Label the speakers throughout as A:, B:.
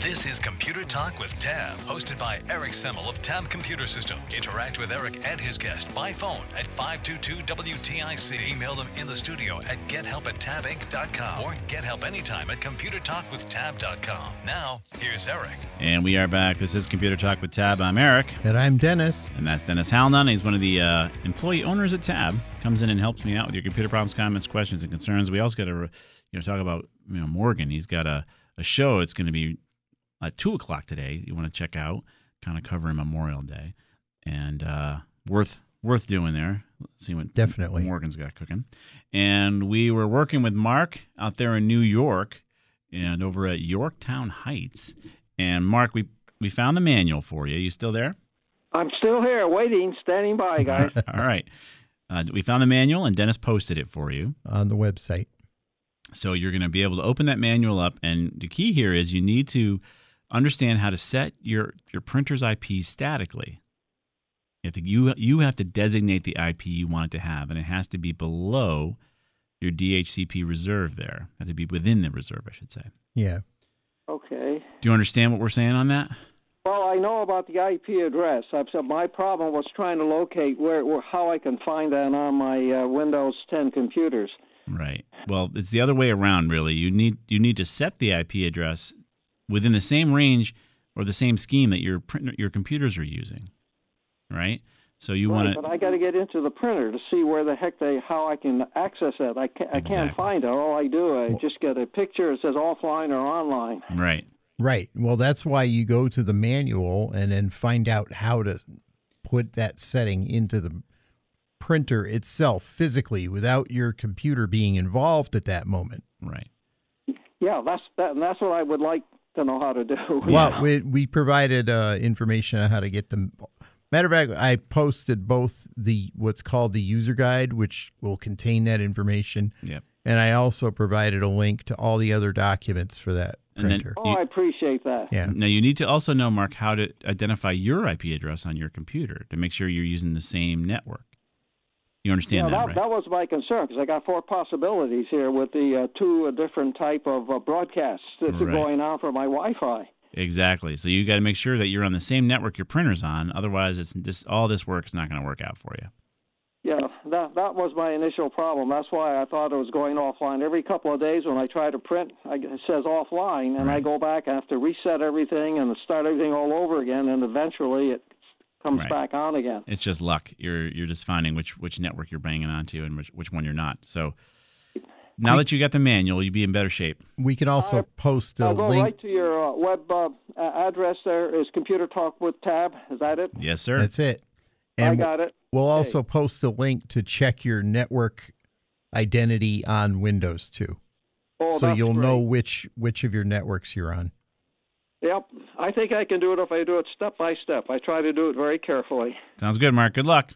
A: This is Computer Talk with Tab, hosted by Eric Semmel of Tab Computer Systems. Interact with Eric and his guest by phone at 522-WTIC. Email them in the studio at gethelp at tabinc.com or get help anytime at computertalkwithtab.com. Now, here's Eric.
B: And we are back. This is Computer Talk with Tab. I'm Eric,
C: And I'm Dennis.
B: and that's Dennis Halnan. He's one of the uh, employee owners at Tab. Comes in and helps me out with your computer problems, comments, questions, and concerns. We also got to, you know, talk about you know Morgan. He's got a, a show. It's going to be at two o'clock today. You want to check out, kind of covering Memorial Day, and uh, worth worth doing there. Let's see what
C: Definitely.
B: Morgan's got cooking. And we were working with Mark out there in New York and over at Yorktown Heights. And Mark, we we found the manual for you. You still there?
D: I'm still here, waiting, standing by, guys.
B: All right. Uh, we found the manual and Dennis posted it for you.
C: on the website.
B: So you're going to be able to open that manual up. And the key here is you need to understand how to set your, your printer's IP statically. You have, to, you, you have to designate the IP you want it to have, and it has to be below your DHCP reserve there. It has to be within the reserve, I should say.
C: Yeah.
D: okay.
B: Do you understand what we're saying on that?
D: Well, I know about the IP address. I've said my problem was trying to locate where, where how I can find that on my uh, Windows 10 computers.
B: Right. Well, it's the other way around, really. You need you need to set the IP address within the same range or the same scheme that your printer, your computers are using, right? So you
D: Right,
B: want
D: But
B: to
D: I got to get into the printer to see where the heck they how I can access that. I, ca- I
B: Exactly.
D: can't find it. All I do, I just get a picture. It says offline or online.
B: right.
C: Right. Well, that's why you go to the manual and then find out how to put that setting into the printer itself physically without your computer being involved at that moment.
B: Right.
D: Yeah, that's that, and that's what I would like to know how to do.
C: Well, we, we provided uh, information on how to get them. Matter of fact, I posted both the what's called the user guide, which will contain that information,
B: Yep.
C: and I also provided a link to all the other documents for that
B: And then-
C: printer.
D: oh, I appreciate that.
C: yeah.
B: Now you need to also know, Mark, how to identify your IP address on your computer to make sure you're using the same network. You understand
D: yeah,
B: that,
D: that,
B: right?
D: that was my concern because I got four possibilities here with the uh, two uh, different type of uh, broadcasts that's
B: Right.
D: going on for my Wi-Fi.
B: Exactly. So you got to make sure that you're on the same network your printer's on. Otherwise, it's this all this work is not going to work out for you.
D: Yeah, that that was my initial problem. That's why I thought it was going offline. Every couple of days when I try to print, I, it says offline, and I go back. I have to reset everything and start everything all over again, and eventually it comes
B: Right.
D: back on again.
B: it's just luck. You're you're just finding which which network you're banging onto and which which one you're not. So now that you got the manual, you'd be in better shape.
C: We can also post a
D: I'll go
C: link.
D: right to your uh, web uh, a- address. There is Computer Talk with Tab. Is that it?
B: Yes, sir.
C: That's it.
D: I
C: And
D: got it.
C: we'll also post a link to check your network identity on Windows too.
D: Oh,
C: so
D: that's
C: you'll know
D: great.
C: which which of your networks you're on.
D: Yep, I think I can do it if I do it step by step. I try to do it very carefully.
B: Sounds good, Mark. Good luck.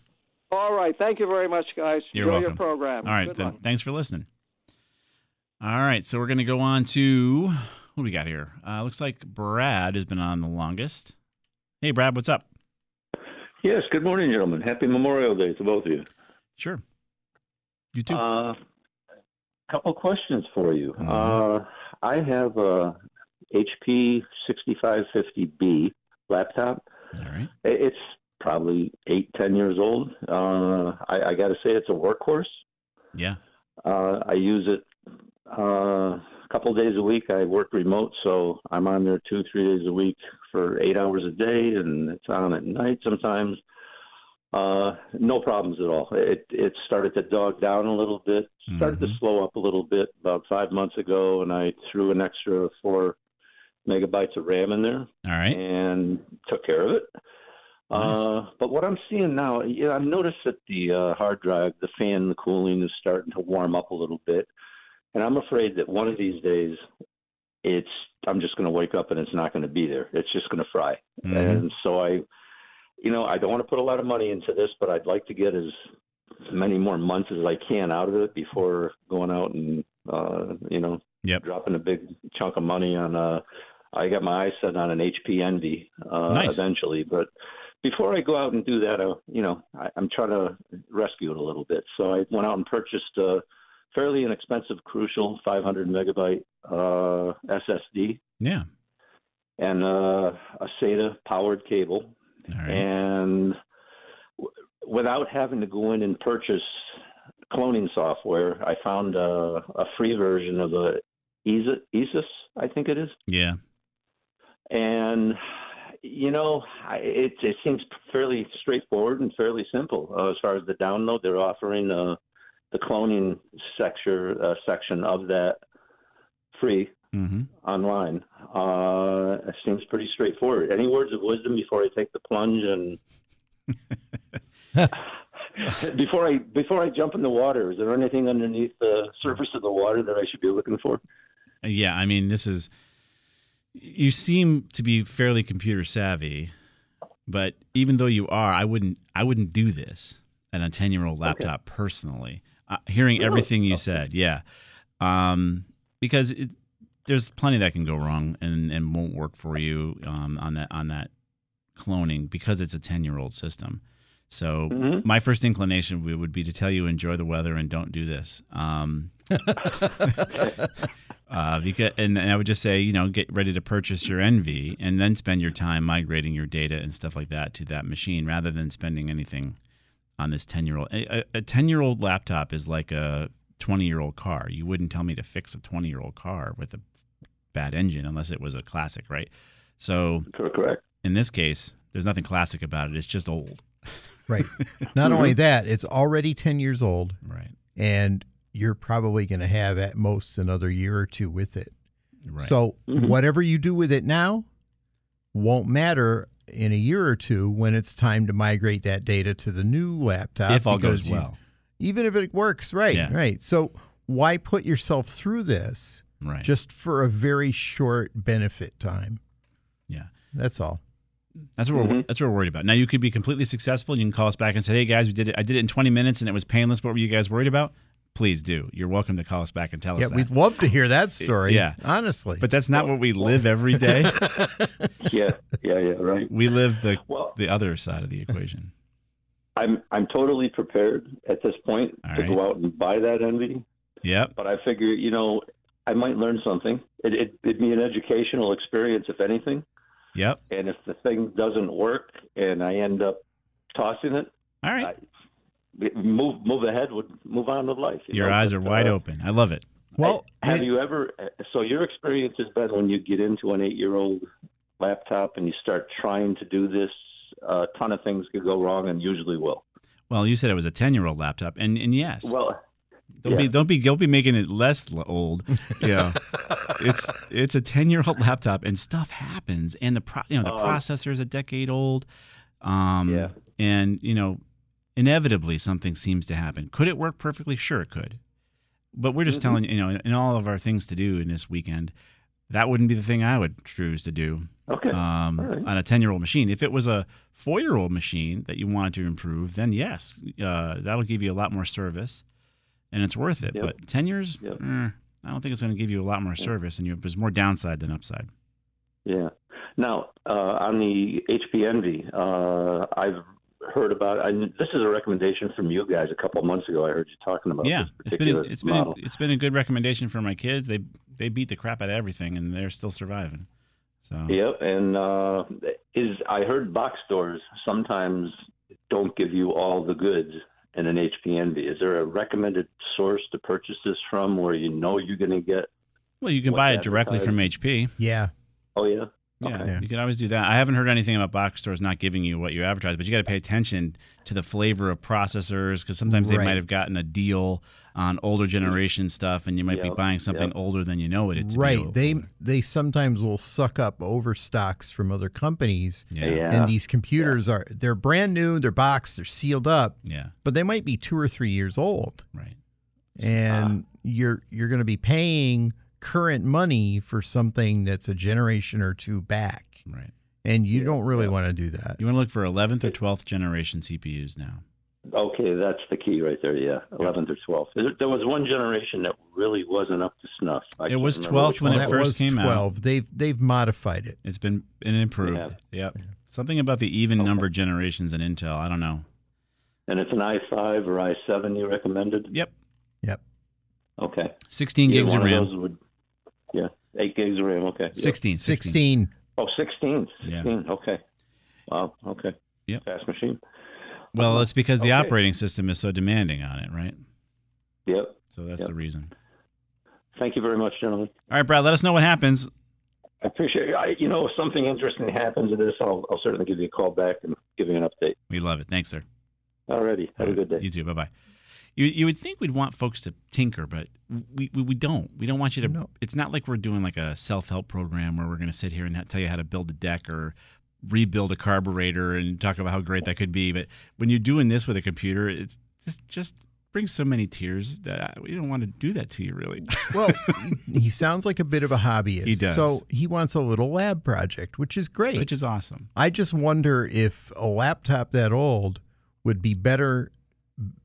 D: All right, thank you very much, guys.
B: You're
D: Enjoy
B: welcome.
D: your program.
B: All right,
D: Good
B: then.
D: luck.
B: Thanks for listening. All right, so we're gonna go on to what do we got here? Uh, looks like Brad has been on the longest. Hey, Brad, what's up?
E: Yes, good morning, gentlemen. Happy Memorial Day to both of you.
B: Sure. You too.
E: Uh, couple questions for you.
B: Mhm.
E: Uh, I have a HP 6550B laptop.
B: All right.
E: I- It's probably eight, ten years old. Uh, I, I got to say, it's a workhorse.
B: Yeah.
E: Uh, I use it Uh, a couple of days a week, I work remote, so I'm on there two, three days a week for eight hours a day, and it's on at night sometimes. Uh, no problems at all. It it started to dog down a little bit, started
B: Mm-hmm.
E: to slow up a little bit about five months ago, and I threw an extra four megabytes of RAM in there
B: All right.
E: and took care of it. Uh, but what I'm seeing now, yeah, I've noticed that the uh, hard drive, the fan, the cooling is starting to warm up a little bit, and I'm afraid that one of these days, it's I'm just going to wake up and it's not going to be there. It's just going to fry,
B: Mhm.
E: and so I, you know, I don't want to put a lot of money into this, but I'd like to get as many more months as I can out of it before going out and uh, you know
B: Yep.
E: dropping a big chunk of money on uh I got my eyes set on an HP Envy uh,
B: Nice.
E: eventually, but before I go out and do that, I, you know, I, I'm trying to rescue it a little bit. So I went out and purchased a fairly inexpensive Crucial 500 megabyte uh, SSD
B: Yeah.
E: and uh, a SATA powered cable,
B: All right.
E: and w- without having to go in and purchase cloning software, I found a, a free version of a ESIS, ESIS, I think it is,
B: yeah.
E: and you know, I- it it seems fairly straightforward and fairly simple uh, as far as the download. They're offering uh, the cloning section uh, section of that free
B: Mm-hmm.
E: online. Uh, it seems pretty straightforward. Any words of wisdom before I take the plunge and before I before I jump in the water? Is there anything underneath the surface of the water that I should be looking for?
B: Uh, Yeah, I mean, this is. You seem to be fairly computer savvy, but even though you are, I wouldn't. I wouldn't do this on a ten-year-old laptop personally. Uh, hearing
E: Really?
B: everything you said, yeah, um, because it, there's plenty that can go wrong and, and won't work for you um, on that on that cloning because it's a ten-year-old system. So
E: Mhm.
B: my first inclination would would be to tell you enjoy the weather and don't do this. Um, uh, because and, and I would just say you know get ready to purchase your Envy and then spend your time migrating your data and stuff like that to that machine rather than spending anything on this ten year old. A ten year old laptop is like a twenty year old car. You wouldn't tell me to fix a twenty year old car with a bad engine unless it was a classic, right? So
E: Correct.
B: in this case, there's nothing classic about it. It's just old,
C: Right. Not only that, it's already 10 years old
B: right?
C: and you're probably going to have at most another year or two with it.
B: Right.
C: So whatever you do with it now won't matter in a year or two when it's time to migrate that data to the new laptop.
B: if all
C: because
B: goes
C: you've-
B: well,
C: Even if it works, right,
B: Yeah.
C: right. So why put yourself through this
B: right?
C: just for a very short benefit time?
B: yeah.
C: That's all.
B: That's what
E: Mm-hmm.
B: we're that's what we're worried about. Now you could be completely successful. and You can call us back and say, "Hey guys, we did it. I did it in 20 minutes and it was painless. What were you guys worried about?" Please do. You're welcome to call us back and tell
C: Yeah,
B: us that.
C: we'd love to hear that story.
B: Yeah.
C: Honestly.
B: but that's not what we live every day.
E: Yeah, yeah, yeah. Right.
B: we live the
E: Well-
B: the other side of the equation.
E: I'm I'm totally prepared at this point
B: All
E: to go
B: right.
E: out and buy that envy,
B: Yep.
E: but I figure you know I might learn something. It, it, it'd be an educational experience, if anything.
B: Yep.
E: And if the thing doesn't work and I end up tossing it,
B: All right.
E: I- move move ahead with move on with life. you
B: Your
E: know,
B: eyes
E: but,
B: are wide
E: uh,
B: open. I love it.
C: well,
E: Have
C: it-
E: you ever? So your experience has been when you get into an eight-year-old laptop and you start trying to do this. A ton of things could go wrong, and usually will.
B: Well, you said it was a 10 year old laptop, and and yes,
E: Well,
B: don't be
E: yeah.
B: don't be don't be making it less l- old. Yeah. it's it's a 10 year old laptop and stuff happens and the pro, you know the
E: Oh.
B: processor is a decade old um
E: Yeah.
B: and you know inevitably something seems to happen could it work perfectly sure it could but we're
E: Mm-hmm.
B: just telling you you know in all of our things to do in this weekend that wouldn't be the thing i would choose to do
E: okay,
B: um,
E: All right.
B: on a 10 year old machine. If it was a four year old machine that you wanted to improve, then yes, uh, that'll give you a lot more service and it's worth it.
E: Yep.
B: But 10 years,
E: Yep.
B: mm, I don't think it's going to give you a lot more service and you, there's more downside than upside.
E: yeah. Now uh, on the HP Envy, uh, I've heard about. I, this is a recommendation from you guys a couple months ago. I heard you talking about.
B: yeah,
E: this
B: it's been, a,
E: particular
B: it's, been a,
E: model.
B: it's been a good recommendation for my kids. They, they beat the crap out of everything and they're still surviving. So,
E: Yep, and uh, is I heard box stores sometimes don't give you all the goods, and an HPNV? Is there a recommended source to purchase this from where you know you're going to get?
B: Well, you can
E: What's
B: buy it
E: that
B: directly
E: advertised?
B: from HP.
C: Yeah.
E: Oh yeah,
B: Yeah,
E: Okay.
B: you can always do that. I haven't heard anything about box stores not giving you what you advertise, but you got to pay attention to the flavor of processors because sometimes they
C: Right.
B: might have gotten a deal on older generation stuff, and you might be
E: Yep,
B: buying something
E: yep.
B: older than you know it. to be
C: right.
B: able-
C: They they sometimes will suck up overstocks from other companies.
B: yeah, yeah,
E: Yeah.
C: And these computers are they're brand new, they're boxed, they're sealed up,
B: yeah,
C: but they might be 2 or 3 years old.
B: right.
C: and
E: Ah.
C: you're you're going to be paying current money for something that's a generation or two back
B: Right.
C: and you don't really want to do that
B: You want to look for 11th or 12th generation CPUs now.
E: Okay, that's the key right there. Yeah, eleventh or twelfth. There there was one generation that really wasn't up to snuff. I
B: It
E: can't
B: was
E: remember which
B: 12th when
E: one
B: it
C: that
E: was.
B: first
C: was
B: came out.
C: 12 they've they've modified it
B: It's been and improved. Yep. Something about the even numbered generations in Intel. I don't know.
E: And it's an i5 or i7 you recommended.
B: Yep.
C: yep
E: Okay.
B: 16
E: Either
B: gigs of
E: one
B: RAM.
E: those would, yeah, eight gigs of RAM. Okay. Yep.
B: 16, 16.
C: 16
E: Oh, 16.
B: Yeah.
E: 16. Okay. Wow. Okay.
B: Yep.
E: Fast machine.
C: Uh-huh.
B: Well, it's because the
E: Okay.
B: operating system is so demanding on it, right?
E: Yep.
B: So that's
E: Yep.
B: the reason.
E: Thank you very much, gentlemen.
B: All right, Brad, let us know what happens.
E: I appreciate it. I, you know, if something interesting happens to this, I'll, I'll certainly give you a call back and give you an update.
B: We love it. Thanks, sir.
E: Alrighty. Have a good day.
B: You too. Bye bye. You, you would think we'd want folks to tinker, but we, we, we don't. We don't want you to.
C: No.
B: It's not like we're doing like a self help program where we're going to sit here and ha- tell you how to build a deck or rebuild a carburetor and talk about how great that could be. But when you're doing this with a computer, it's just just brings so many tears that I, we don't want to do that to you, really.
C: well he, he sounds like a bit of a hobbyist
B: He does.
C: so he wants a little lab project which is great
B: Which is awesome.
C: i just wonder if a laptop that old would be better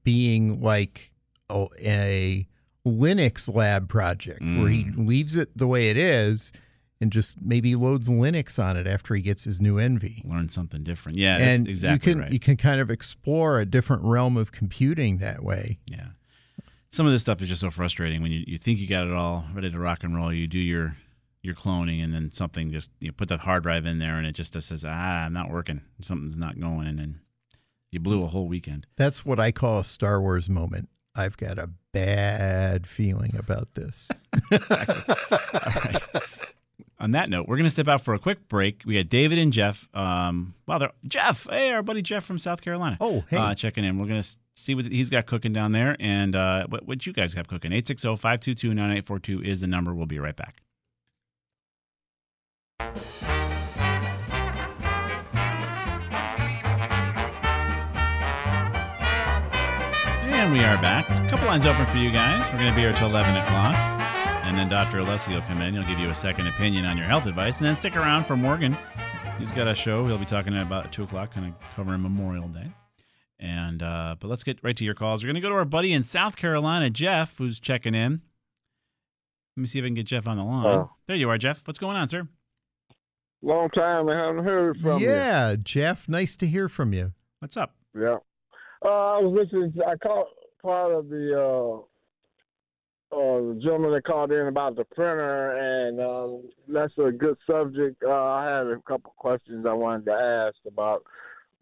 C: being like a, a Linux lab project where he
B: Mm.
C: leaves it the way it is and just maybe loads Linux on it after he gets his new Envy.
B: Learn something different. Yeah,
C: and
B: that's exactly
C: you can
B: right.
C: you can kind of explore a different realm of computing that way.
B: Yeah. Some of this stuff is just so frustrating when you, you think you got it all ready to rock and roll. You do your your cloning, and then something just you put the hard drive in there, and it just says, "Ah, I'm not working. Something's not going," and then you blew a whole weekend.
C: That's what I call a Star Wars moment. I've got a bad feeling about this.
B: On that note, we're gonna step out for a quick break. We got David and Jeff. Um, wow, they're Jeff. Hey, our buddy Jeff from South Carolina.
C: Oh, hey.
B: uh, checking in. We're gonna s- see what he's got cooking down there, and uh, what what you guys have cooking. oh, 860-522-9842 is the number. We'll be right back. And we are back. A couple lines open for you guys. We're going to be here till 11 o'clock. And then Dr. Alessi will come in. He'll give you a second opinion on your health advice. And then stick around for Morgan. He's got a show. He'll be talking at about 2 o'clock, kind of covering Memorial Day. And uh, But let's get right to your calls. We're going to go to our buddy in South Carolina, Jeff, who's checking in. Let me see if I can get Jeff on the line.
F: Hello.
B: There you are, Jeff. What's going on, sir?
F: Long time I haven't heard from
C: yeah, Jeff, nice to hear from you.
B: What's up?
F: you. Yeah. Uh, I was listening. To, I caught part of the uh, uh, the gentleman that called in about the printer, and um, that's a good subject. Uh, I had a couple questions I wanted to ask about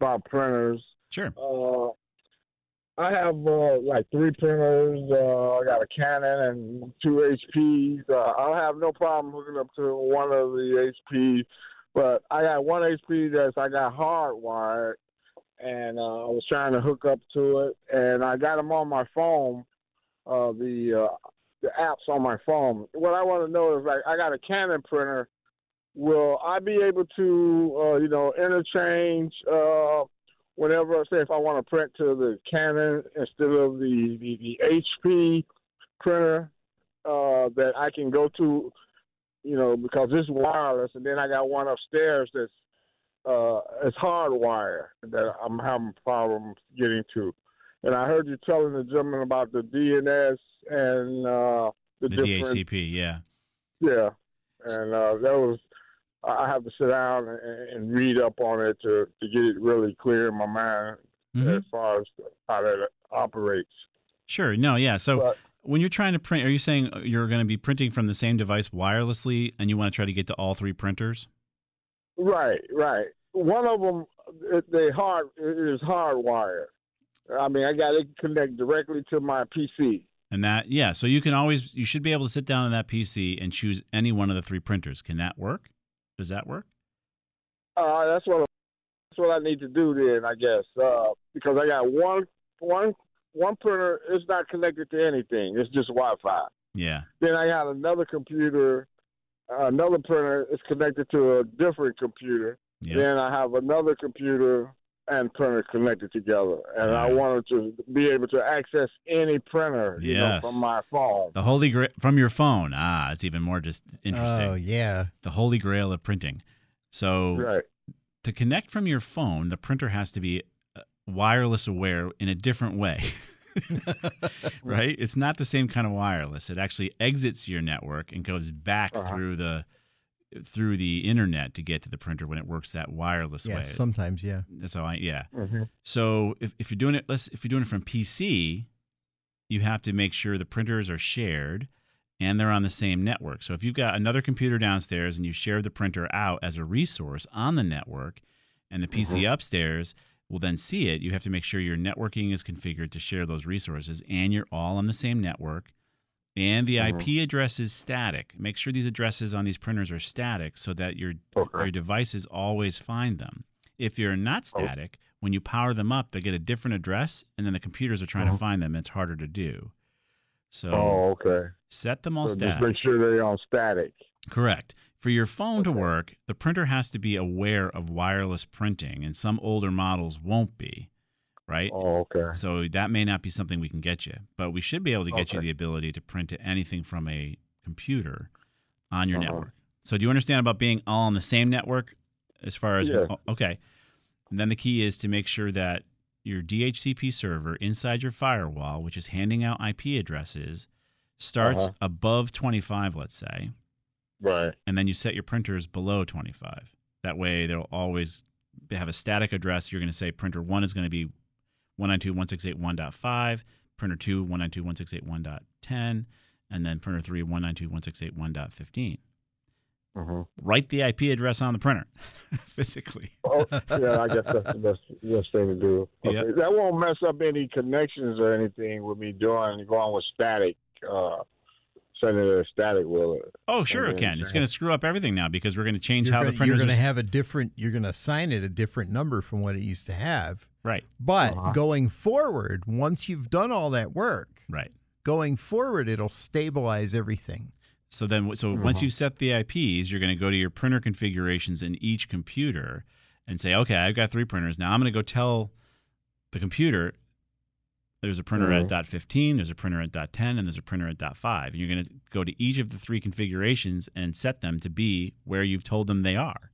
F: about printers.
B: Sure.
F: Uh, I have uh, like three printers. Uh, I got a Canon and two HPs. Uh, I have no problem hooking up to one of the HPs, but I got one HP that's I got hardwired, and uh, I was trying to hook up to it, and I got them on my phone. Uh, the uh, the apps on my phone. What I want to know is like I got a Canon printer. Will I be able to uh, you know interchange? Uh, whenever say if I want to print to the Canon instead of the the, the HP printer uh, that I can go to, you know, because it's wireless, and then I got one upstairs that's uh, it's hardwired that I'm having problems getting to. And I heard you telling the gentleman about the DNS and uh, the,
B: The
F: different
B: DHCP, yeah.
F: yeah, and uh, that was. I I have to sit down and, and read up on it to, to get it really clear in my mind
B: Mhm.
F: as far as how that operates.
B: Sure. No, yeah. So
F: But-
B: when you're trying to print, are you saying you're going to be printing from the same device wirelessly and you want to try to get to all three printers?
F: Right, right. One of them, they hard it is hardwired. I mean, I got it connect directly to my PC.
B: And that, yeah. So you can always, you should be able to sit down on that PC and choose any one of the three printers. Can that work? Does that work?
F: Uh, that's what that's what I need to do then, I guess, uh, because I got one one one printer. It's not connected to anything. It's just Wi-Fi.
B: Yeah.
F: Then I got another computer, uh, another printer is connected to a different computer.
B: Yeah.
F: Then I have another computer and printer connected together, and I
B: Yeah.
F: wanted to be able to access any printer, you
B: Yes.
F: know, from my phone.
B: The holy grail from your phone. Ah, it's even more just interesting.
C: Oh yeah.
B: The holy grail of printing. So
F: Right.
B: to connect from your phone, the printer has to be uh, wireless aware in a different way. right? It's not the same kind of wireless. It actually exits your network and goes back
F: Uh-huh.
B: through the through the internet to get to the printer when it works that wireless
C: Yeah.
B: way.
C: Sometimes. Yeah.
B: That's how I yeah.
F: Mhm.
B: So if, if you're doing it, let's if you're doing it from PC, you have to make sure the printers are shared and they're on the same network. So if you've got another computer downstairs and you share the printer out as a resource on the network, and the PC upstairs will then see it, you have to make sure your networking is configured to share those resources and you're all on the same network. And the IP address is static. Make sure these addresses on these printers are static so that your
F: Okay.
B: your devices always find them. If you're not static, when you power them up, they get a different address, and then the computers are trying to find them. It's harder to do. So
F: Oh, okay.
B: set them all
F: So just
B: static.
F: make sure they're on static.
B: Correct. For your phone to work, the printer has to be aware of wireless printing, and some older models won't be, right?
F: Oh, okay.
B: So that may not be something we can get you, but we should be able to get you
F: Okay.
B: the ability to print to anything from a computer on your
F: Uh-huh.
B: network. So do you understand about being all on the same network as far as
F: Yeah.
B: oh, okay. And then the key is to make sure that your DHCP server inside your firewall, which is handing out IP addresses, starts
F: Uh-huh.
B: above 25, let's say,
F: Right.
B: and then you set your printers below 25. That way, they'll always have a static address. You're going to say printer one is going to be 192.168.1.5, printer two 192.168.1.10, and then printer three 192.168.1.15.
F: Mhm.
B: Write the IP address on the printer physically.
F: Oh, yeah, I guess that's the best, best thing to do. Okay.
B: Yep.
F: That won't mess up any connections or anything with me doing going with static, uh, sending it as static, will it?
B: Oh, sure, it
F: Okay,
B: can. It's
F: sure.
B: going to screw up everything now because we're going to change
C: you're
B: how
C: gonna,
B: the
C: you're
B: printers
C: gonna
B: are.
C: have a different. You're gonna assign it a different number from what it used to have.
B: right,
C: But
F: Uh-huh.
C: going forward, once you've done all that work,
B: right.
C: going forward, it'll stabilize everything.
B: So then, so
F: Mm-hmm.
B: once you set the IPs, you're going to go to your printer configurations in each computer and say, okay, I've got three printers. Now I'm going to go tell the computer there's a printer
F: Mm-hmm.
B: at dot 15, there's a printer at dot 10, and there's a printer at dot 5. And you're going to go to each of the three configurations and set them to be where you've told them they are.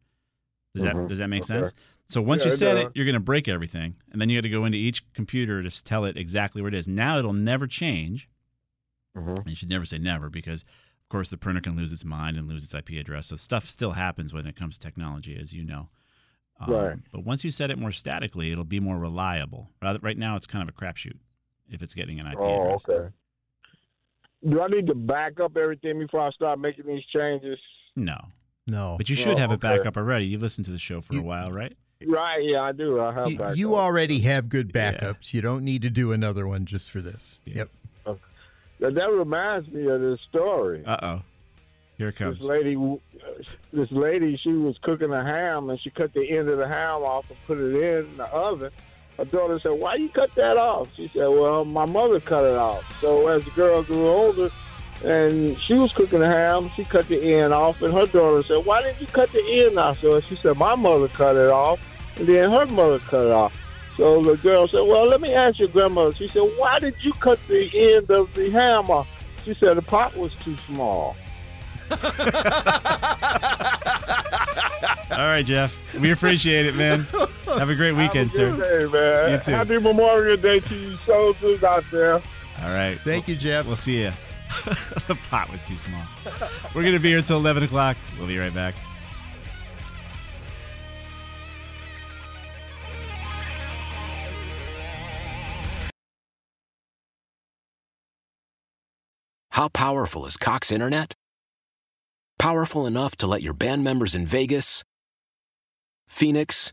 B: Does that
F: Mhm.
B: does that make
F: Okay.
B: sense? So once
F: Yeah,
B: you
F: it
B: set it,
F: does.
B: you're going to break everything, and then you got to go into each computer to s- tell it exactly where it is. Now it'll never change.
F: Mhm.
B: And you should never say never because, of course, the printer can lose its mind and lose its IP address. So stuff still happens when it comes to technology, as you know. Um,
F: Right.
B: But once you set it more statically, it'll be more reliable. Rather, right now, it's kind of a crapshoot if it's getting an IP
F: Oh,
B: address.
F: okay. Do I need to back up everything before I start making these changes?
B: No,
C: No,
B: but you should
F: Well,
B: have it
F: okay.
B: back up already. You've listened to the show for a
C: You-
B: while, right?
F: Right. Yeah, I do. I have.
C: you,
F: backup.
C: you already have good
B: Yeah.
C: backups. You don't need to do another one just for this.
B: Yeah.
C: Yep.
F: That, that reminds me of this story.
B: Uh oh, here
F: this
B: it comes.
F: lady, uh, this lady, she was cooking a ham and she cut the end of the ham off and put it in the oven. Her daughter said, "Why you cut that off?" She said, "Well, my mother cut it off." So as the girl grew older, and she was cooking the ham, she cut the end off, and her daughter said, "Why did you cut the end off?" So she said, "My mother cut it off, and then her mother cut it off." So the girl said, "Well, let me ask your grandmother." She said, "Why did you cut the end of the ham off?" She said, "The pot was too small."
B: All right, Jeff, we appreciate it, man. Have a great weekend,
F: Have a
B: sir.
F: good Day, man.
B: You too.
F: Happy Memorial Day to you soldiers out there.
B: All right,
C: Thank you, Jeff.
B: We'll see you. the pot was too small. We're going to be here until 11 o'clock. We'll be right back.
G: How powerful is Cox Internet? Powerful enough to let your band members in Vegas, Phoenix,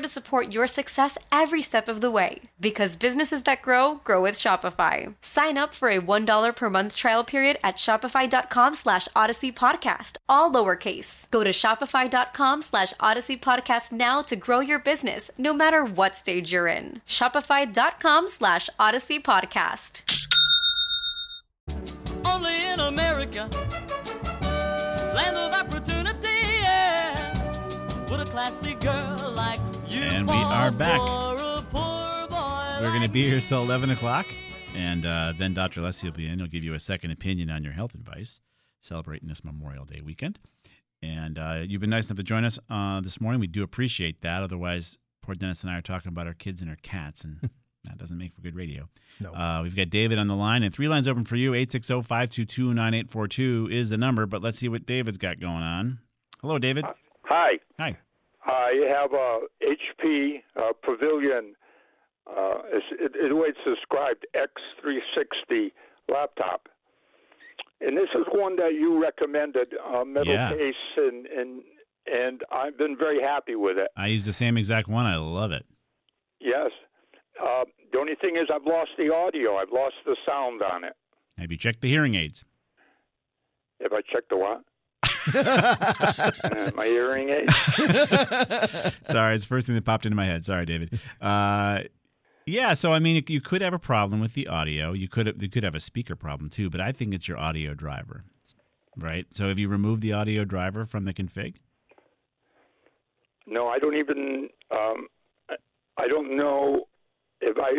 H: to support your success every step of the way. Because businesses that grow grow with Shopify. Sign up for a $1 per month trial period at Shopify.com slash Odyssey Podcast, all lowercase. Go to Shopify.com slash Odyssey Podcast now to grow your business, no matter what stage you're in. Shopify.com slash Odyssey Podcast.
I: Only in America, land of opportunity, yeah. With a classy girl like you.
B: And we
I: fall
B: are back.
I: for a poor boy
B: We're going to
I: like
B: be here
I: me.
B: till 11 o'clock. And uh, then Dr. Leslie will be in. He'll give you a second opinion on your health advice, celebrating this Memorial Day weekend. And uh, you've been nice enough to join us uh, this morning. We do appreciate that. Otherwise, poor Dennis and I are talking about our kids and our cats, and that doesn't make for good radio.
C: No.
B: Uh, we've got David on the line, and three lines open for you oh, 860 522 9842 is the number. But let's see what David's got going on. Hello, David.
J: Hi,
B: Hi.
J: I have a HP uh, Pavilion. Uh, it's, it, it, the way it's described, X360 laptop, and this is one that you recommended, uh, middle
B: Yeah.
J: case, and and and I've been very happy with it.
B: I use the same exact one. I love it.
J: Yes. Uh, the only thing is, I've lost the audio. I've lost the sound on it.
B: Have you checked the hearing aids?
J: If I check the what? Uh, my hearing aid.
B: Sorry, it's the first thing that popped into my head. Sorry, David. Uh, yeah, so I mean, you could have a problem with the audio. You could you could have a speaker problem too, but I think it's your audio driver, right? So have you removed the audio driver from the config?
J: No, I don't even. Um, I- I don't know if I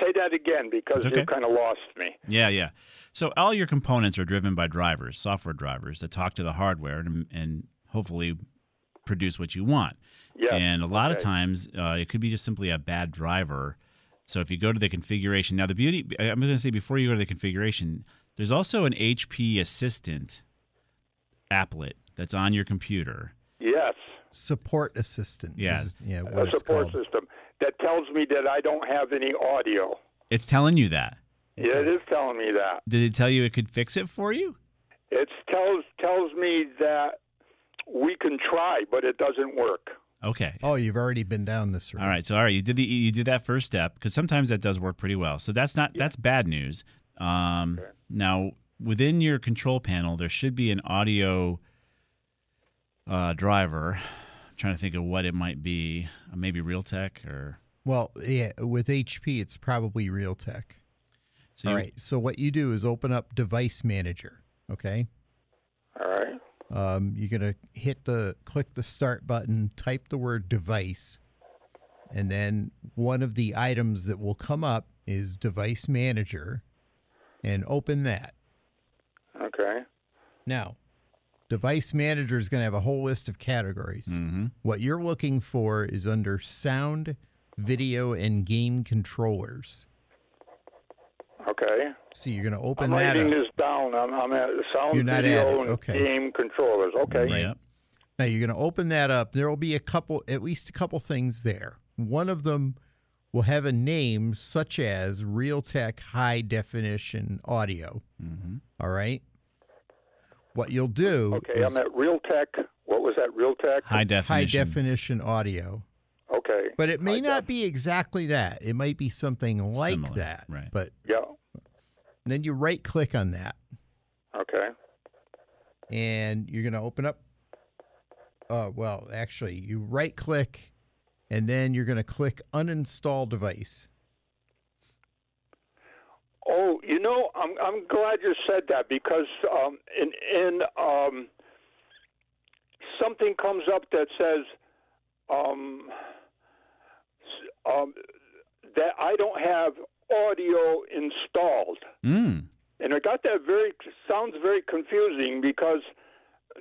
J: say that again because
B: It's okay.
J: you kind of lost me.
B: Yeah, yeah. So all your components are driven by drivers, software drivers that talk to the hardware and, and hopefully produce what you want.
J: Yeah.
B: And a lot of
J: okay.
B: times, uh, it could be just simply a bad driver. So if you go to the configuration, now the beauty, I'm going to say before you go to the configuration, there's also an HP Assistant applet that's on your computer.
J: Yes,
C: Support assistant.
B: Yeah.
C: is- yeah.
J: a
C: What it's
J: support
C: called.
J: system that tells me that I don't have any audio.
B: It's telling you that.
J: Yeah, it is telling me that.
B: Did it tell you it could fix it for you?
J: It tells tells me that we can try, but it doesn't work.
B: Okay.
C: Oh, you've already been down this road.
B: All right. So all right, you did the you did that first step because sometimes that does work pretty well. So that's not that's bad news. Um, Now within your control panel, there should be an audio uh, driver. I'm trying to think of what it might be. Uh, Maybe Realtek or
C: Well, yeah, with HP, it's probably Realtek.
B: so.
C: All
B: you-
C: right. So what you do is open up Device Manager. Okay.
J: All right.
C: Um, you're gonna hit the click the start button, type the word device, and then one of the items that will come up is device manager, and open that.
J: Okay.
C: Now, Device Manager is going to have a whole list of categories. What you're looking for is under sound, video, and game controllers.
J: Okay.
C: So you're going to open
J: I'm
C: that
J: writing
C: up.
J: this down. I'm, I'm at sound
C: You're not at
J: video
C: it.
J: and
C: Okay.
J: game controllers. Okay.
C: Now you're going to open that up. There will be a couple, at least a couple things there. One of them will have a name such as Realtek High Definition Audio. All right. What you'll do
J: Okay.
C: is
J: I'm at Realtek. What was that? Realtek.
C: high definition audio.
J: Okay.
C: But it may not be exactly that. It might be something like
B: Similar,
C: that.
B: right.
C: But
J: Yeah.
C: then you right click on that
J: Okay.
C: and you're going to open up. Uh, well, actually, you right click and then you're going to click uninstall device.
J: Oh, you know, I'm I'm glad you said that because um, in in um, something comes up that says um, s- um, that I don't have audio installed,
E: 嗯
B: Mm.
J: and I got that very sounds very confusing because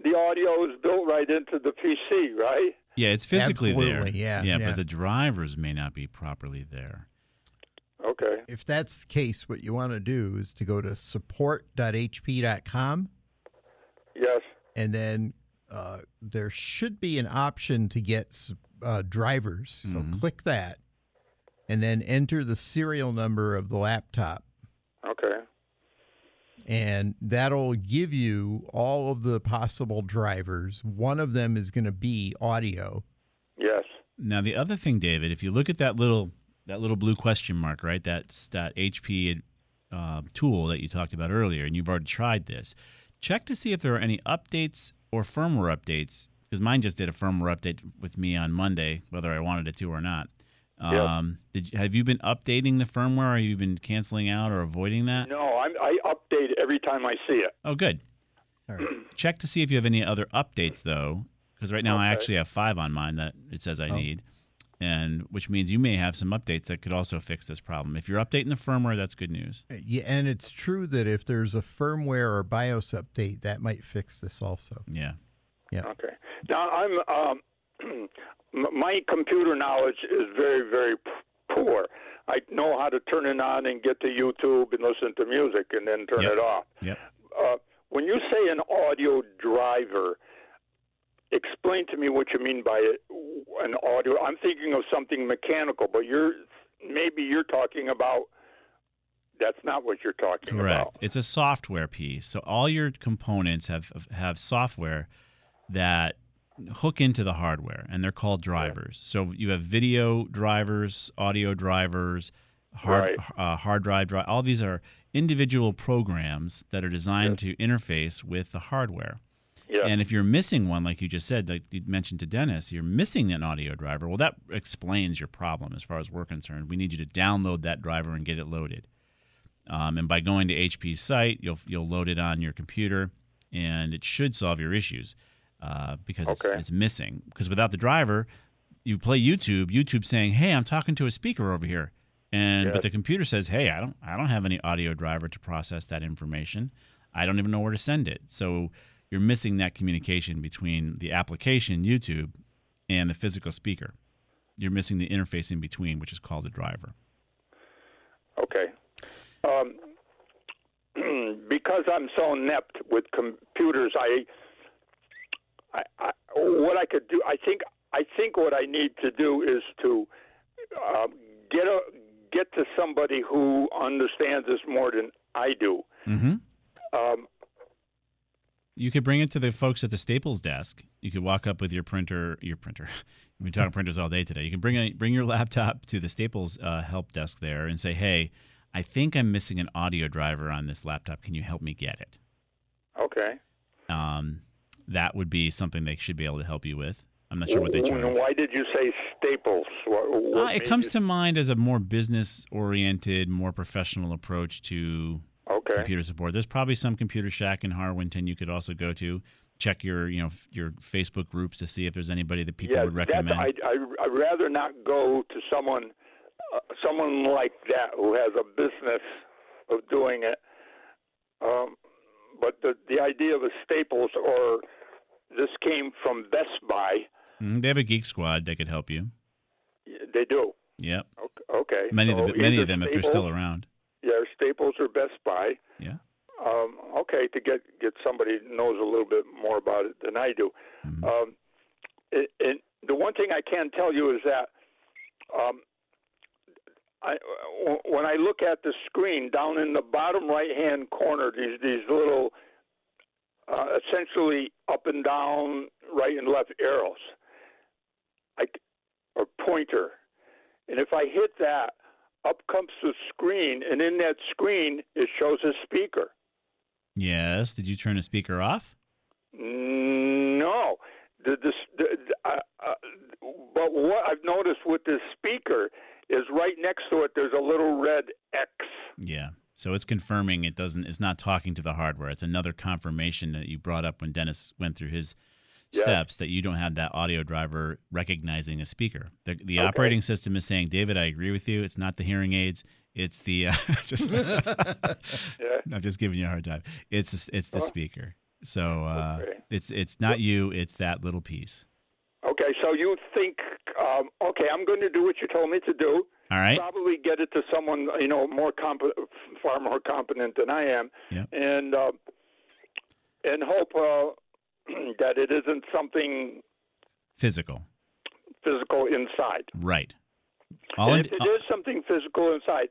J: the audio is built right into the PC, right?
B: Yeah, it's physically there.
C: Absolutely, yeah,
B: yeah,
C: yeah.
B: but the drivers may not be properly there.
J: Okay.
C: If that's the case, what you want to do is to go to support.hp.com
J: Yes.
C: and then uh, there should be an option to get s- uh, drivers. So click that and then enter the serial number of the laptop.
J: Okay.
C: and that'll give you all of the possible drivers. One of them is going to be audio.
J: Yes.
B: Now the other thing, David, if you look at that little that little blue question mark, right? That's that HP uh, tool that you talked about earlier, and you've already tried this. Check to see if there are any updates or firmware updates, because mine just did a firmware update with me on Monday, whether I wanted it to or not. Um, did you- have you been updating the firmware? Or have you been canceling out or avoiding that?
J: No, I'm, I update every time I see it.
B: Oh, good. Check to see if you have any other updates, though, because right now I actually have five on mine that it says I need, and which means you may have some updates that could also fix this problem. If you're updating the firmware, that's good news.
C: Yeah, and it's true that if there's a firmware or BIOS update, that might fix this also.
B: Yeah.
J: Okay. Now I'm um, m- my computer knowledge is very very p- poor. I know how to turn it on and get to YouTube and listen to music and then turn
B: Yep.
J: it off.
B: Yep.
J: Uh, when you say an audio driver, explain to me what you mean by it, an audio. I'm thinking of something mechanical, but you're maybe you're talking about. That's not what you're talking
B: Correct.
J: about.
B: It's a software piece. So all your components have have software that hook into the hardware, and they're called drivers. So you have video drivers, audio drivers, hard uh, hard drive drive. All these are individual programs that are designed to interface with the hardware.
J: Yeah.
B: And if you're missing one, like you just said, like you mentioned to Dennis, you're missing an audio driver. Well, that explains your problem as far as we're concerned. We need you to download that driver and get it loaded. Um, and by going to HP's site, you'll you'll load it on your computer, and it should solve your issues uh, because
J: Okay.
B: it's, it's missing. Because without the driver, you play YouTube. YouTube saying, "Hey, I'm talking to a speaker over here," and
J: Yeah.
B: but the computer says, "Hey, I don't I don't have any audio driver to process that information. I don't even know where to send it." So you're missing that communication between the application YouTube and the physical speaker. You're missing the interface in between, which is called a driver.
J: Okay. Um, because I'm so inept with computers, I, I, I, what I could do, I think, I think what I need to do is to um, get a get to somebody who understands this more than I do.
B: Mm-hmm.
J: Um,
B: You could bring it to the folks at the Staples desk. You could walk up with your printer, your printer. We've been talking printers all day today. You can bring a, bring your laptop to the Staples uh, help desk there and say, "Hey, I think I'm missing an audio driver on this laptop. Can you help me get it?"
J: okay.
B: Um, that would be something they should be able to help you with. I'm not sure what they
J: W-
B: charge.
J: w- Why did you say Staples? What, what
B: Uh, it
J: made
B: comes
J: you-
B: to mind as a more business oriented, more professional approach to
J: okay.
B: computer support. There's probably some computer shack in Harwinton you could also go to. Check your you know f- your Facebook groups to see if there's anybody that people
J: yeah,
B: would
J: that's-
B: recommend.
J: I, I, I'd rather not go to someone, uh, someone like that who has a business of doing it. Um, but the the idea of the Staples or this came from Best Buy.
B: Mm, they have a geek squad that could help you.
J: They do.
B: Yep.
J: Okay.
B: Many of
J: so
B: the, many
J: either
B: of them, if they're
J: Staples-
B: still around.
J: Yeah, Staples or Best Buy.
B: Yeah.
J: Um, okay, to get get somebody who knows a little bit more about it than I do. Um, it, it, the one thing I can tell you is that um, I, when I look at the screen down in the bottom right hand corner, these these little uh, essentially up and down, right and left arrows, I, or pointer, and if I hit that, up comes the screen, and in that screen it shows a speaker.
B: Yes. Did you turn a speaker off?
J: No, the, the, the, uh, uh, but what I've noticed with this speaker is right next to it there's a little red X.
B: Yeah. So it's confirming it doesn't. It's not talking to the hardware. It's another confirmation that you brought up when Dennis went through his
J: Yeah.
B: steps that you don't have that audio driver recognizing a speaker. The, the
J: Okay.
B: operating system is saying, David, I agree with you. It's not the hearing aids. It's the uh, just. I'm just giving you a hard time. It's the, it's the
J: Huh?
B: speaker. So uh,
J: Oh. Okay.
B: it's it's not you. It's that little piece.
J: Okay, so you think, um, okay, I'm going to do what you told me to do.
B: All right.
J: Probably get it to someone you know more comp- far more competent than I am,
B: Yeah.
J: and uh, and hope uh, that it isn't something
B: Physical.
J: physical inside.
B: Right. All
J: and
B: in- uh,
J: if it is something physical inside,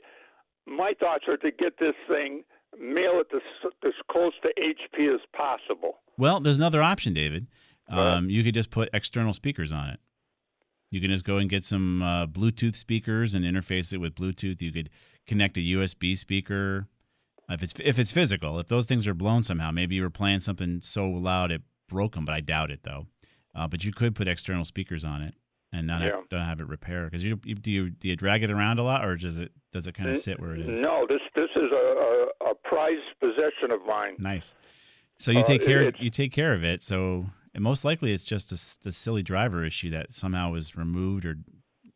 J: my thoughts are to get this thing, mail it to, s- as close to HP as possible.
B: Well, there's another option, David. Um, you could just put external speakers on it. You can just go and get some uh, Bluetooth speakers and interface it with Bluetooth. You could connect a USB speaker. If it's if it's physical, if those things are blown somehow, maybe you were playing something so loud it broke them, but I doubt it though. Uh, but you could put external speakers on it and not
J: Yeah.
B: have, don't have it repair because you, you do you do you drag it around a lot or does it does it kind of
J: N-
B: sit where it is?
J: No, this this is a, a, a prized possession of mine.
B: Nice. So you
J: Uh,
B: take
J: it-
B: care
J: it's-
B: you take care of it. So and most likely it's just a s the silly driver issue that somehow was removed or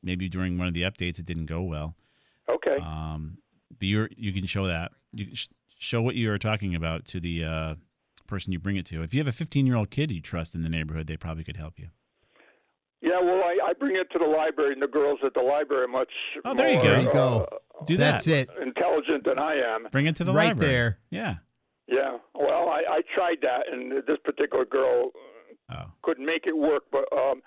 B: maybe during one of the updates it didn't go well.
J: Okay.
B: Um, but you you can show that you can sh- show what you are talking about to the uh, person you bring it to. If you have a 15 year old kid you trust in the neighborhood, they probably could help you.
J: Yeah, well, I, I bring it to the library, and the girls at the library are much
B: Oh, there you
J: more,
B: go.
C: There you go.
J: uh,
B: Do
C: That's
B: that.
C: it.
J: intelligent than I am.
B: Bring it to the
C: right
B: library.
C: there.
B: Yeah.
J: Yeah. Well, I, I tried that, and this particular girl
B: Oh.
J: couldn't make it work. But um,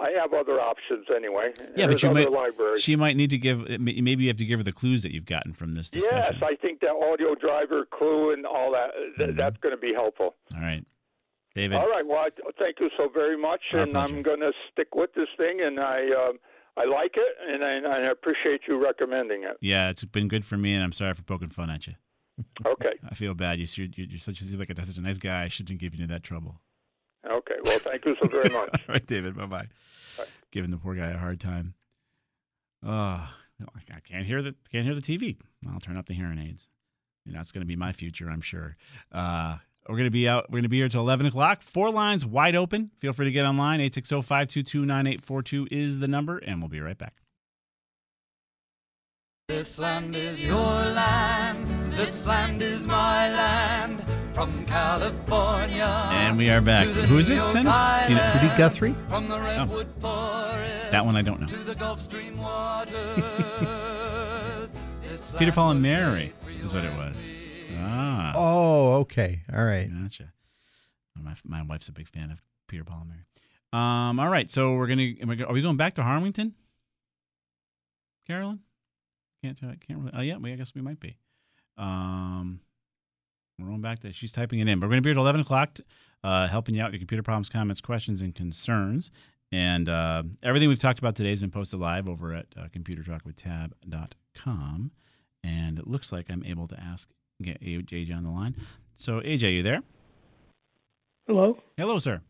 J: I have other options anyway.
B: Yeah,
J: There's
B: but you
J: other
B: might
J: libraries.
B: she might need to give maybe you have to give her the clues that you've gotten from this
J: Yes,
B: discussion.
J: I think that audio driver clue and all that, th- that's going to be helpful.
B: All right. David.
J: All right. Well, I, thank you so very much.
B: Our
J: and
B: pleasure.
J: I'm going to stick with this thing, and I, um, I like it, and I, and I appreciate you recommending it.
B: Yeah, it's been good for me, and I'm sorry for poking fun at you.
J: Okay.
B: I feel bad. You should, you- you're such you seem like a, such a nice guy. I shouldn't give you that trouble.
J: Okay. Well, thank you so very much.
B: All right, David. Bye bye. Giving the poor guy a hard time. Oh, I can't hear the can't hear the TV. I'll turn up the hearing aids. You know, that's going to be my future, I'm sure. Uh, we're going to be out. We're going to be here till 11 o'clock. Four lines wide open. Feel free to get online. oh, 860-522-9842 is the number, and we'll be right back.
I: This land is your land. This land is my land. From California.
B: And we are back.
I: to the
B: Who is
I: New
B: this,
I: York
B: Dennis? You know- Oh.
I: Island,
C: Guthrie?
I: From the Redwood Forest.
B: That one I don't know.
I: To the Gulf Stream waters. This
B: Peter,
I: land
B: Paul, and
I: was
B: Mary
I: made for you
B: is what it
I: and
B: was.
I: me.
B: Ah.
C: Oh, okay. All right.
B: Gotcha. Oh, My my wife's a big fan of Peter Paul and Mary. Um. All right. So we're gonna am I go- are we going back to Harmington? Carolyn, can't tell- can't really. Oh yeah. We I guess we might be. Um. We're going back to she's typing it in. But we're gonna be here at eleven o'clock, t- uh, helping you out with your computer problems, comments, questions, and concerns. And uh, everything we've talked about today has been posted live over at uh, computertalkwithtab.com. And it looks like I'm able to ask get AJ on the line. So AJ, you there?
K: Hello.
B: Hello, sir.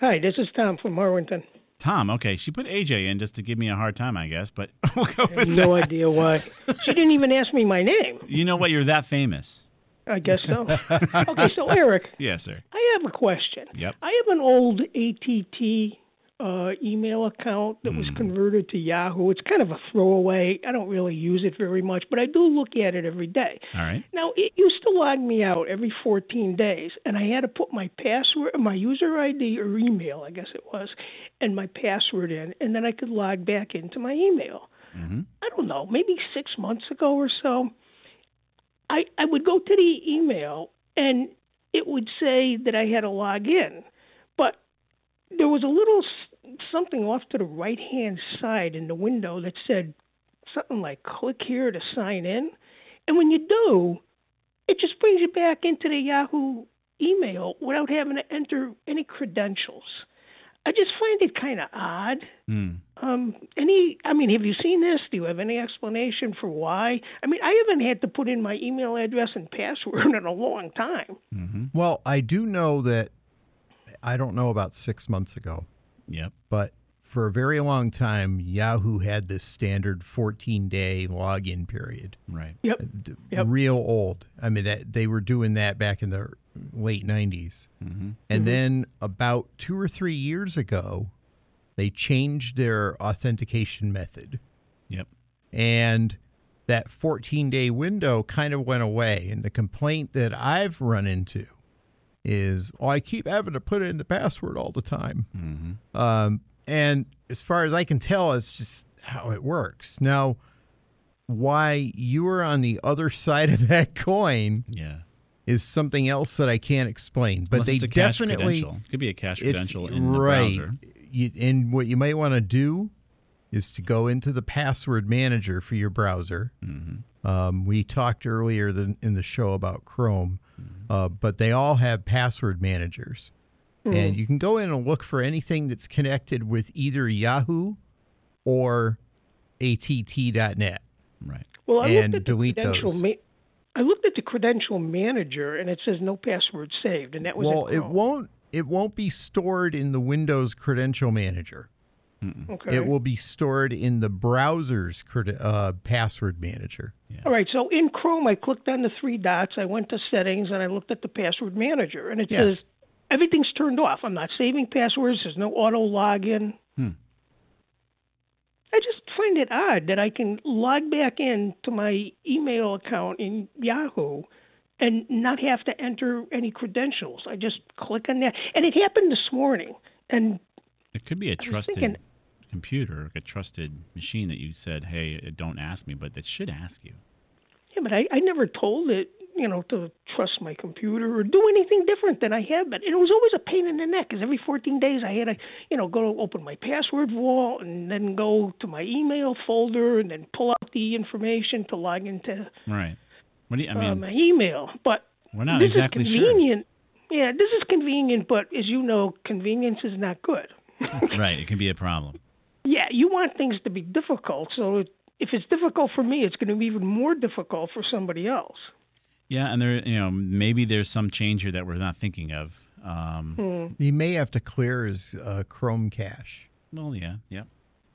K: Hi, this is Tom from Harwinton.
B: Tom. Okay, she put AJ in just to give me a hard time, I guess. But we'll go
K: I have
B: with
K: no
B: that.
K: idea why. She didn't even ask me my name.
B: You know what? You're that famous.
K: I guess so. okay, so Eric,
B: Yes, sir.
K: I have a question.
B: Yep.
K: I have an old ATT uh, email account that was converted to Yahoo. It's kind of a throwaway. I don't really use it very much, but I do look at it every day.
B: All right.
K: Now it used to log me out every 14 days, and I had to put my password, my user ID or email, I guess it was, and my password in, and then I could log back into my email.
B: Mm-hmm.
K: I don't know, maybe six months ago or so. I I would go to the email and it would say that I had to log in, but there was a little s- something off to the right hand side in the window that said something like "click here to sign in," and when you do, it just brings you back into the Yahoo email without having to enter any credentials. I just find it kind of odd. Um, any, I mean, have you seen this? Do you have any explanation for why? I mean, I haven't had to put in my email address and password in a long time.
B: Mm-hmm.
C: Well, I do know that I don't know about six months ago.
B: Yep.
C: But for a very long time, Yahoo had this standard 14 day login period.
B: Right.
K: Yep.
C: Real old. I mean, that, they were doing that back in the late 90s.
B: Mm-hmm.
C: And
B: Mhm.
C: then about two or three years ago, they changed their authentication method.
B: Yep.
C: And that 14 day window kind of went away. And the complaint that I've run into is oh, I keep having to put in the password all the time. Um, and as far as I can tell, it's just how it works. Now, why you are on the other side of that coin
B: Yeah.
C: is something else that I can't explain. But
B: Unless
C: they
B: it's a cash
C: definitely
B: credential. It could be a cash
C: it's-
B: credential in the
C: right.
B: browser.
C: You, and what you might want to do is to go into the password manager for your browser.
B: Mm-hmm.
C: Um, we talked earlier than, in the show about Chrome,
B: Mm-hmm.
C: uh, but they all have password managers.
K: Hmm.
C: And
L: Mhm.
C: you can go in and look for anything that's connected with either Yahoo or att.net.
B: Right.
K: Well, I
C: and
K: looked at the
C: delete
K: credential.
C: those.
K: Ma- I looked at the credential manager, and it says no password saved, and that was
C: well,
K: in
C: it
K: Chrome.
C: won't it won't be stored in the Windows credential manager.
K: Okay.
C: It will be stored in the browser's cred- uh, password manager.
K: All right, so in Chrome, I clicked on the three dots, I went to settings, and I looked at the password manager, and it
C: Yeah.
K: says everything's turned off. I'm not saving passwords. There's no auto login.
B: Hmm.
K: I just find it odd that I can log back in to my email account in Yahoo and not have to enter any credentials. I just click on that, and it happened this morning. And
B: It could be a trusted
K: thinking-
B: computer, like a trusted machine that you said, "Hey, uh, don't ask me," but that should ask you.
K: yeah, but I, I never told it, you know, to trust my computer or do anything different than I have been. And it was always a pain in the neck because every 14 days I had to, you know, go to open my password vault and then go to my email folder and then pull out the information to log into
B: Right. What do you? I
K: uh,
B: mean,
K: my email. But
B: we're not
K: this
B: exactly
K: is
B: sure.
K: convenient. Yeah, this is convenient, but as you know, convenience is not good.
B: Right. It can be a problem.
K: Yeah, you want things to be difficult, so it, if it's difficult for me, it's going to be even more difficult for somebody else.
B: Yeah, and there, you know, maybe there's some change here that we're not thinking of. Um,
K: Hmm.
C: He may have to clear his uh, Chrome cache.
B: Well, yeah, yeah.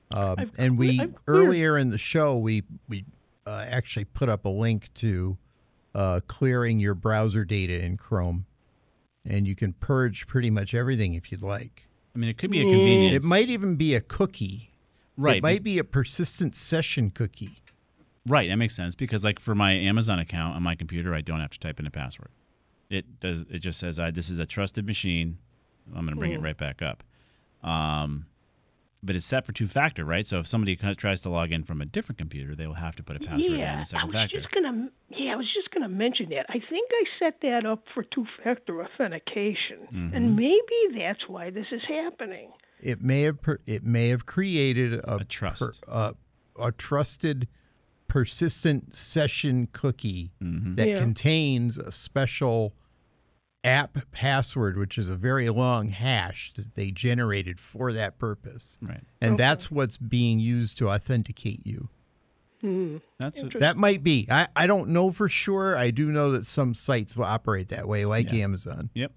C: Um, and we earlier in the show we we uh, actually put up a link to uh, clearing your browser data in Chrome, and you can purge pretty much everything if you'd like.
B: I mean, it could be a convenience.
C: It might even be a cookie.
B: Right,
C: It
B: but-
C: might be a persistent session cookie.
B: Right, that makes sense because like for my Amazon account on my computer, I don't have to type in a password. It does. It just says, "I this is a trusted machine." I'm going to
K: Hmm.
B: bring it
M: Mm.
B: right back up. Um, but it's set for two factor, right? So if somebody kind of tries to log in from a different computer, they will have to put a password
K: yeah,
B: in the second
K: I was
B: factor.
K: just gonna. Yeah, I was just gonna mention that. I think I set that up for two-factor authentication,
B: Mm-hmm.
K: and maybe that's why this is happening.
C: It may have per, it may have created a, trust a, a trusted persistent session cookie
B: Mm-hmm.
C: that
K: Yeah.
C: contains a special app password which is a very long hash that they generated for that purpose.
B: Right.
C: And
K: Okay.
C: that's what's being used to authenticate you.
K: Hmm.
B: That's
C: That might be. I, I don't know for sure. I do know that some sites will operate that way like
B: Yeah.
C: Amazon.
B: Yep.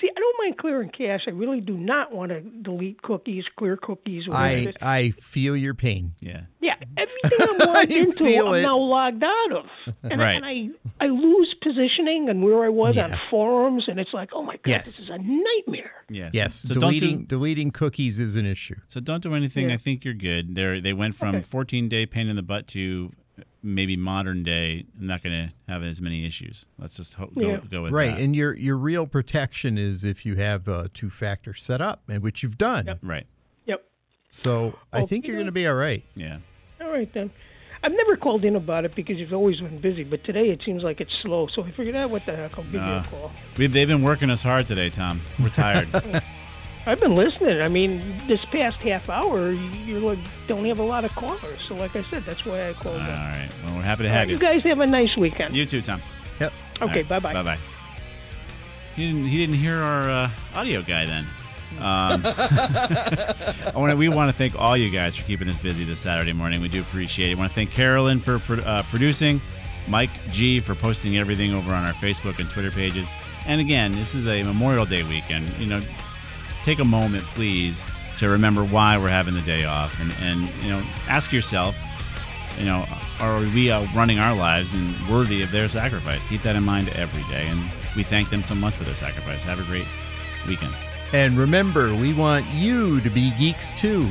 K: See, I don't find clearing cache, I really do not want to delete cookies, clear cookies.
C: I
K: whatever.
C: I feel your pain.
B: Yeah.
K: yeah, everything I'm logged
C: You
K: into,
C: feel
K: I'm
C: it.
K: now logged out of, and,
C: Right.
K: I, and I I lose positioning and where I was on forums, and it's like, oh my god,
C: Yes.
K: this is a nightmare.
B: Yes.
C: Yes.
B: So don't do-
C: deleting deleting cookies is an issue.
B: So don't do anything. I think you're good. They they went from 14 day pain in the butt to uh, maybe modern day. I'm not going to have as many issues. Let's just ho- go, go with
C: right,
B: that.
C: and your your real protection is if you have uh, two factor set up, and which you've done.
B: Right.
K: Yep.
C: So I
K: Oh,
C: think you're
K: yeah.
C: going to be all right.
B: Yeah.
K: All right then. I've never called in about it because you've always been busy, but today it seems like it's slow. So I figured out what the heck. I'll give
B: Uh,
K: you a call.
B: we they've been working us hard today, Tom. We're tired.
K: I've been listening. I mean, this past half hour, you like don't have a lot of callers. So like I said, that's why I called.
B: All
K: in.
B: right. Well, we're happy to
K: All
B: have
K: right, you guys have a nice weekend.
B: You too, Tom.
C: Yep.
K: Okay, bye-bye.
B: Bye bye. He didn't. He didn't hear our uh, audio guy then. Um, I wanna, we want to thank all you guys for keeping us busy this Saturday morning. We do appreciate it. want to thank Carolyn for pro- uh, producing, Mike G for posting everything over on our Facebook and Twitter pages. And again, this is a Memorial Day weekend. You know, take a moment, please, to remember why we're having the day off, and and you know, ask yourself, you know, are we uh, running our lives and worthy of their sacrifice? Keep that in mind every day, and we thank them so much for their sacrifice. Have a great weekend.
C: And remember, we want you to be geeks too.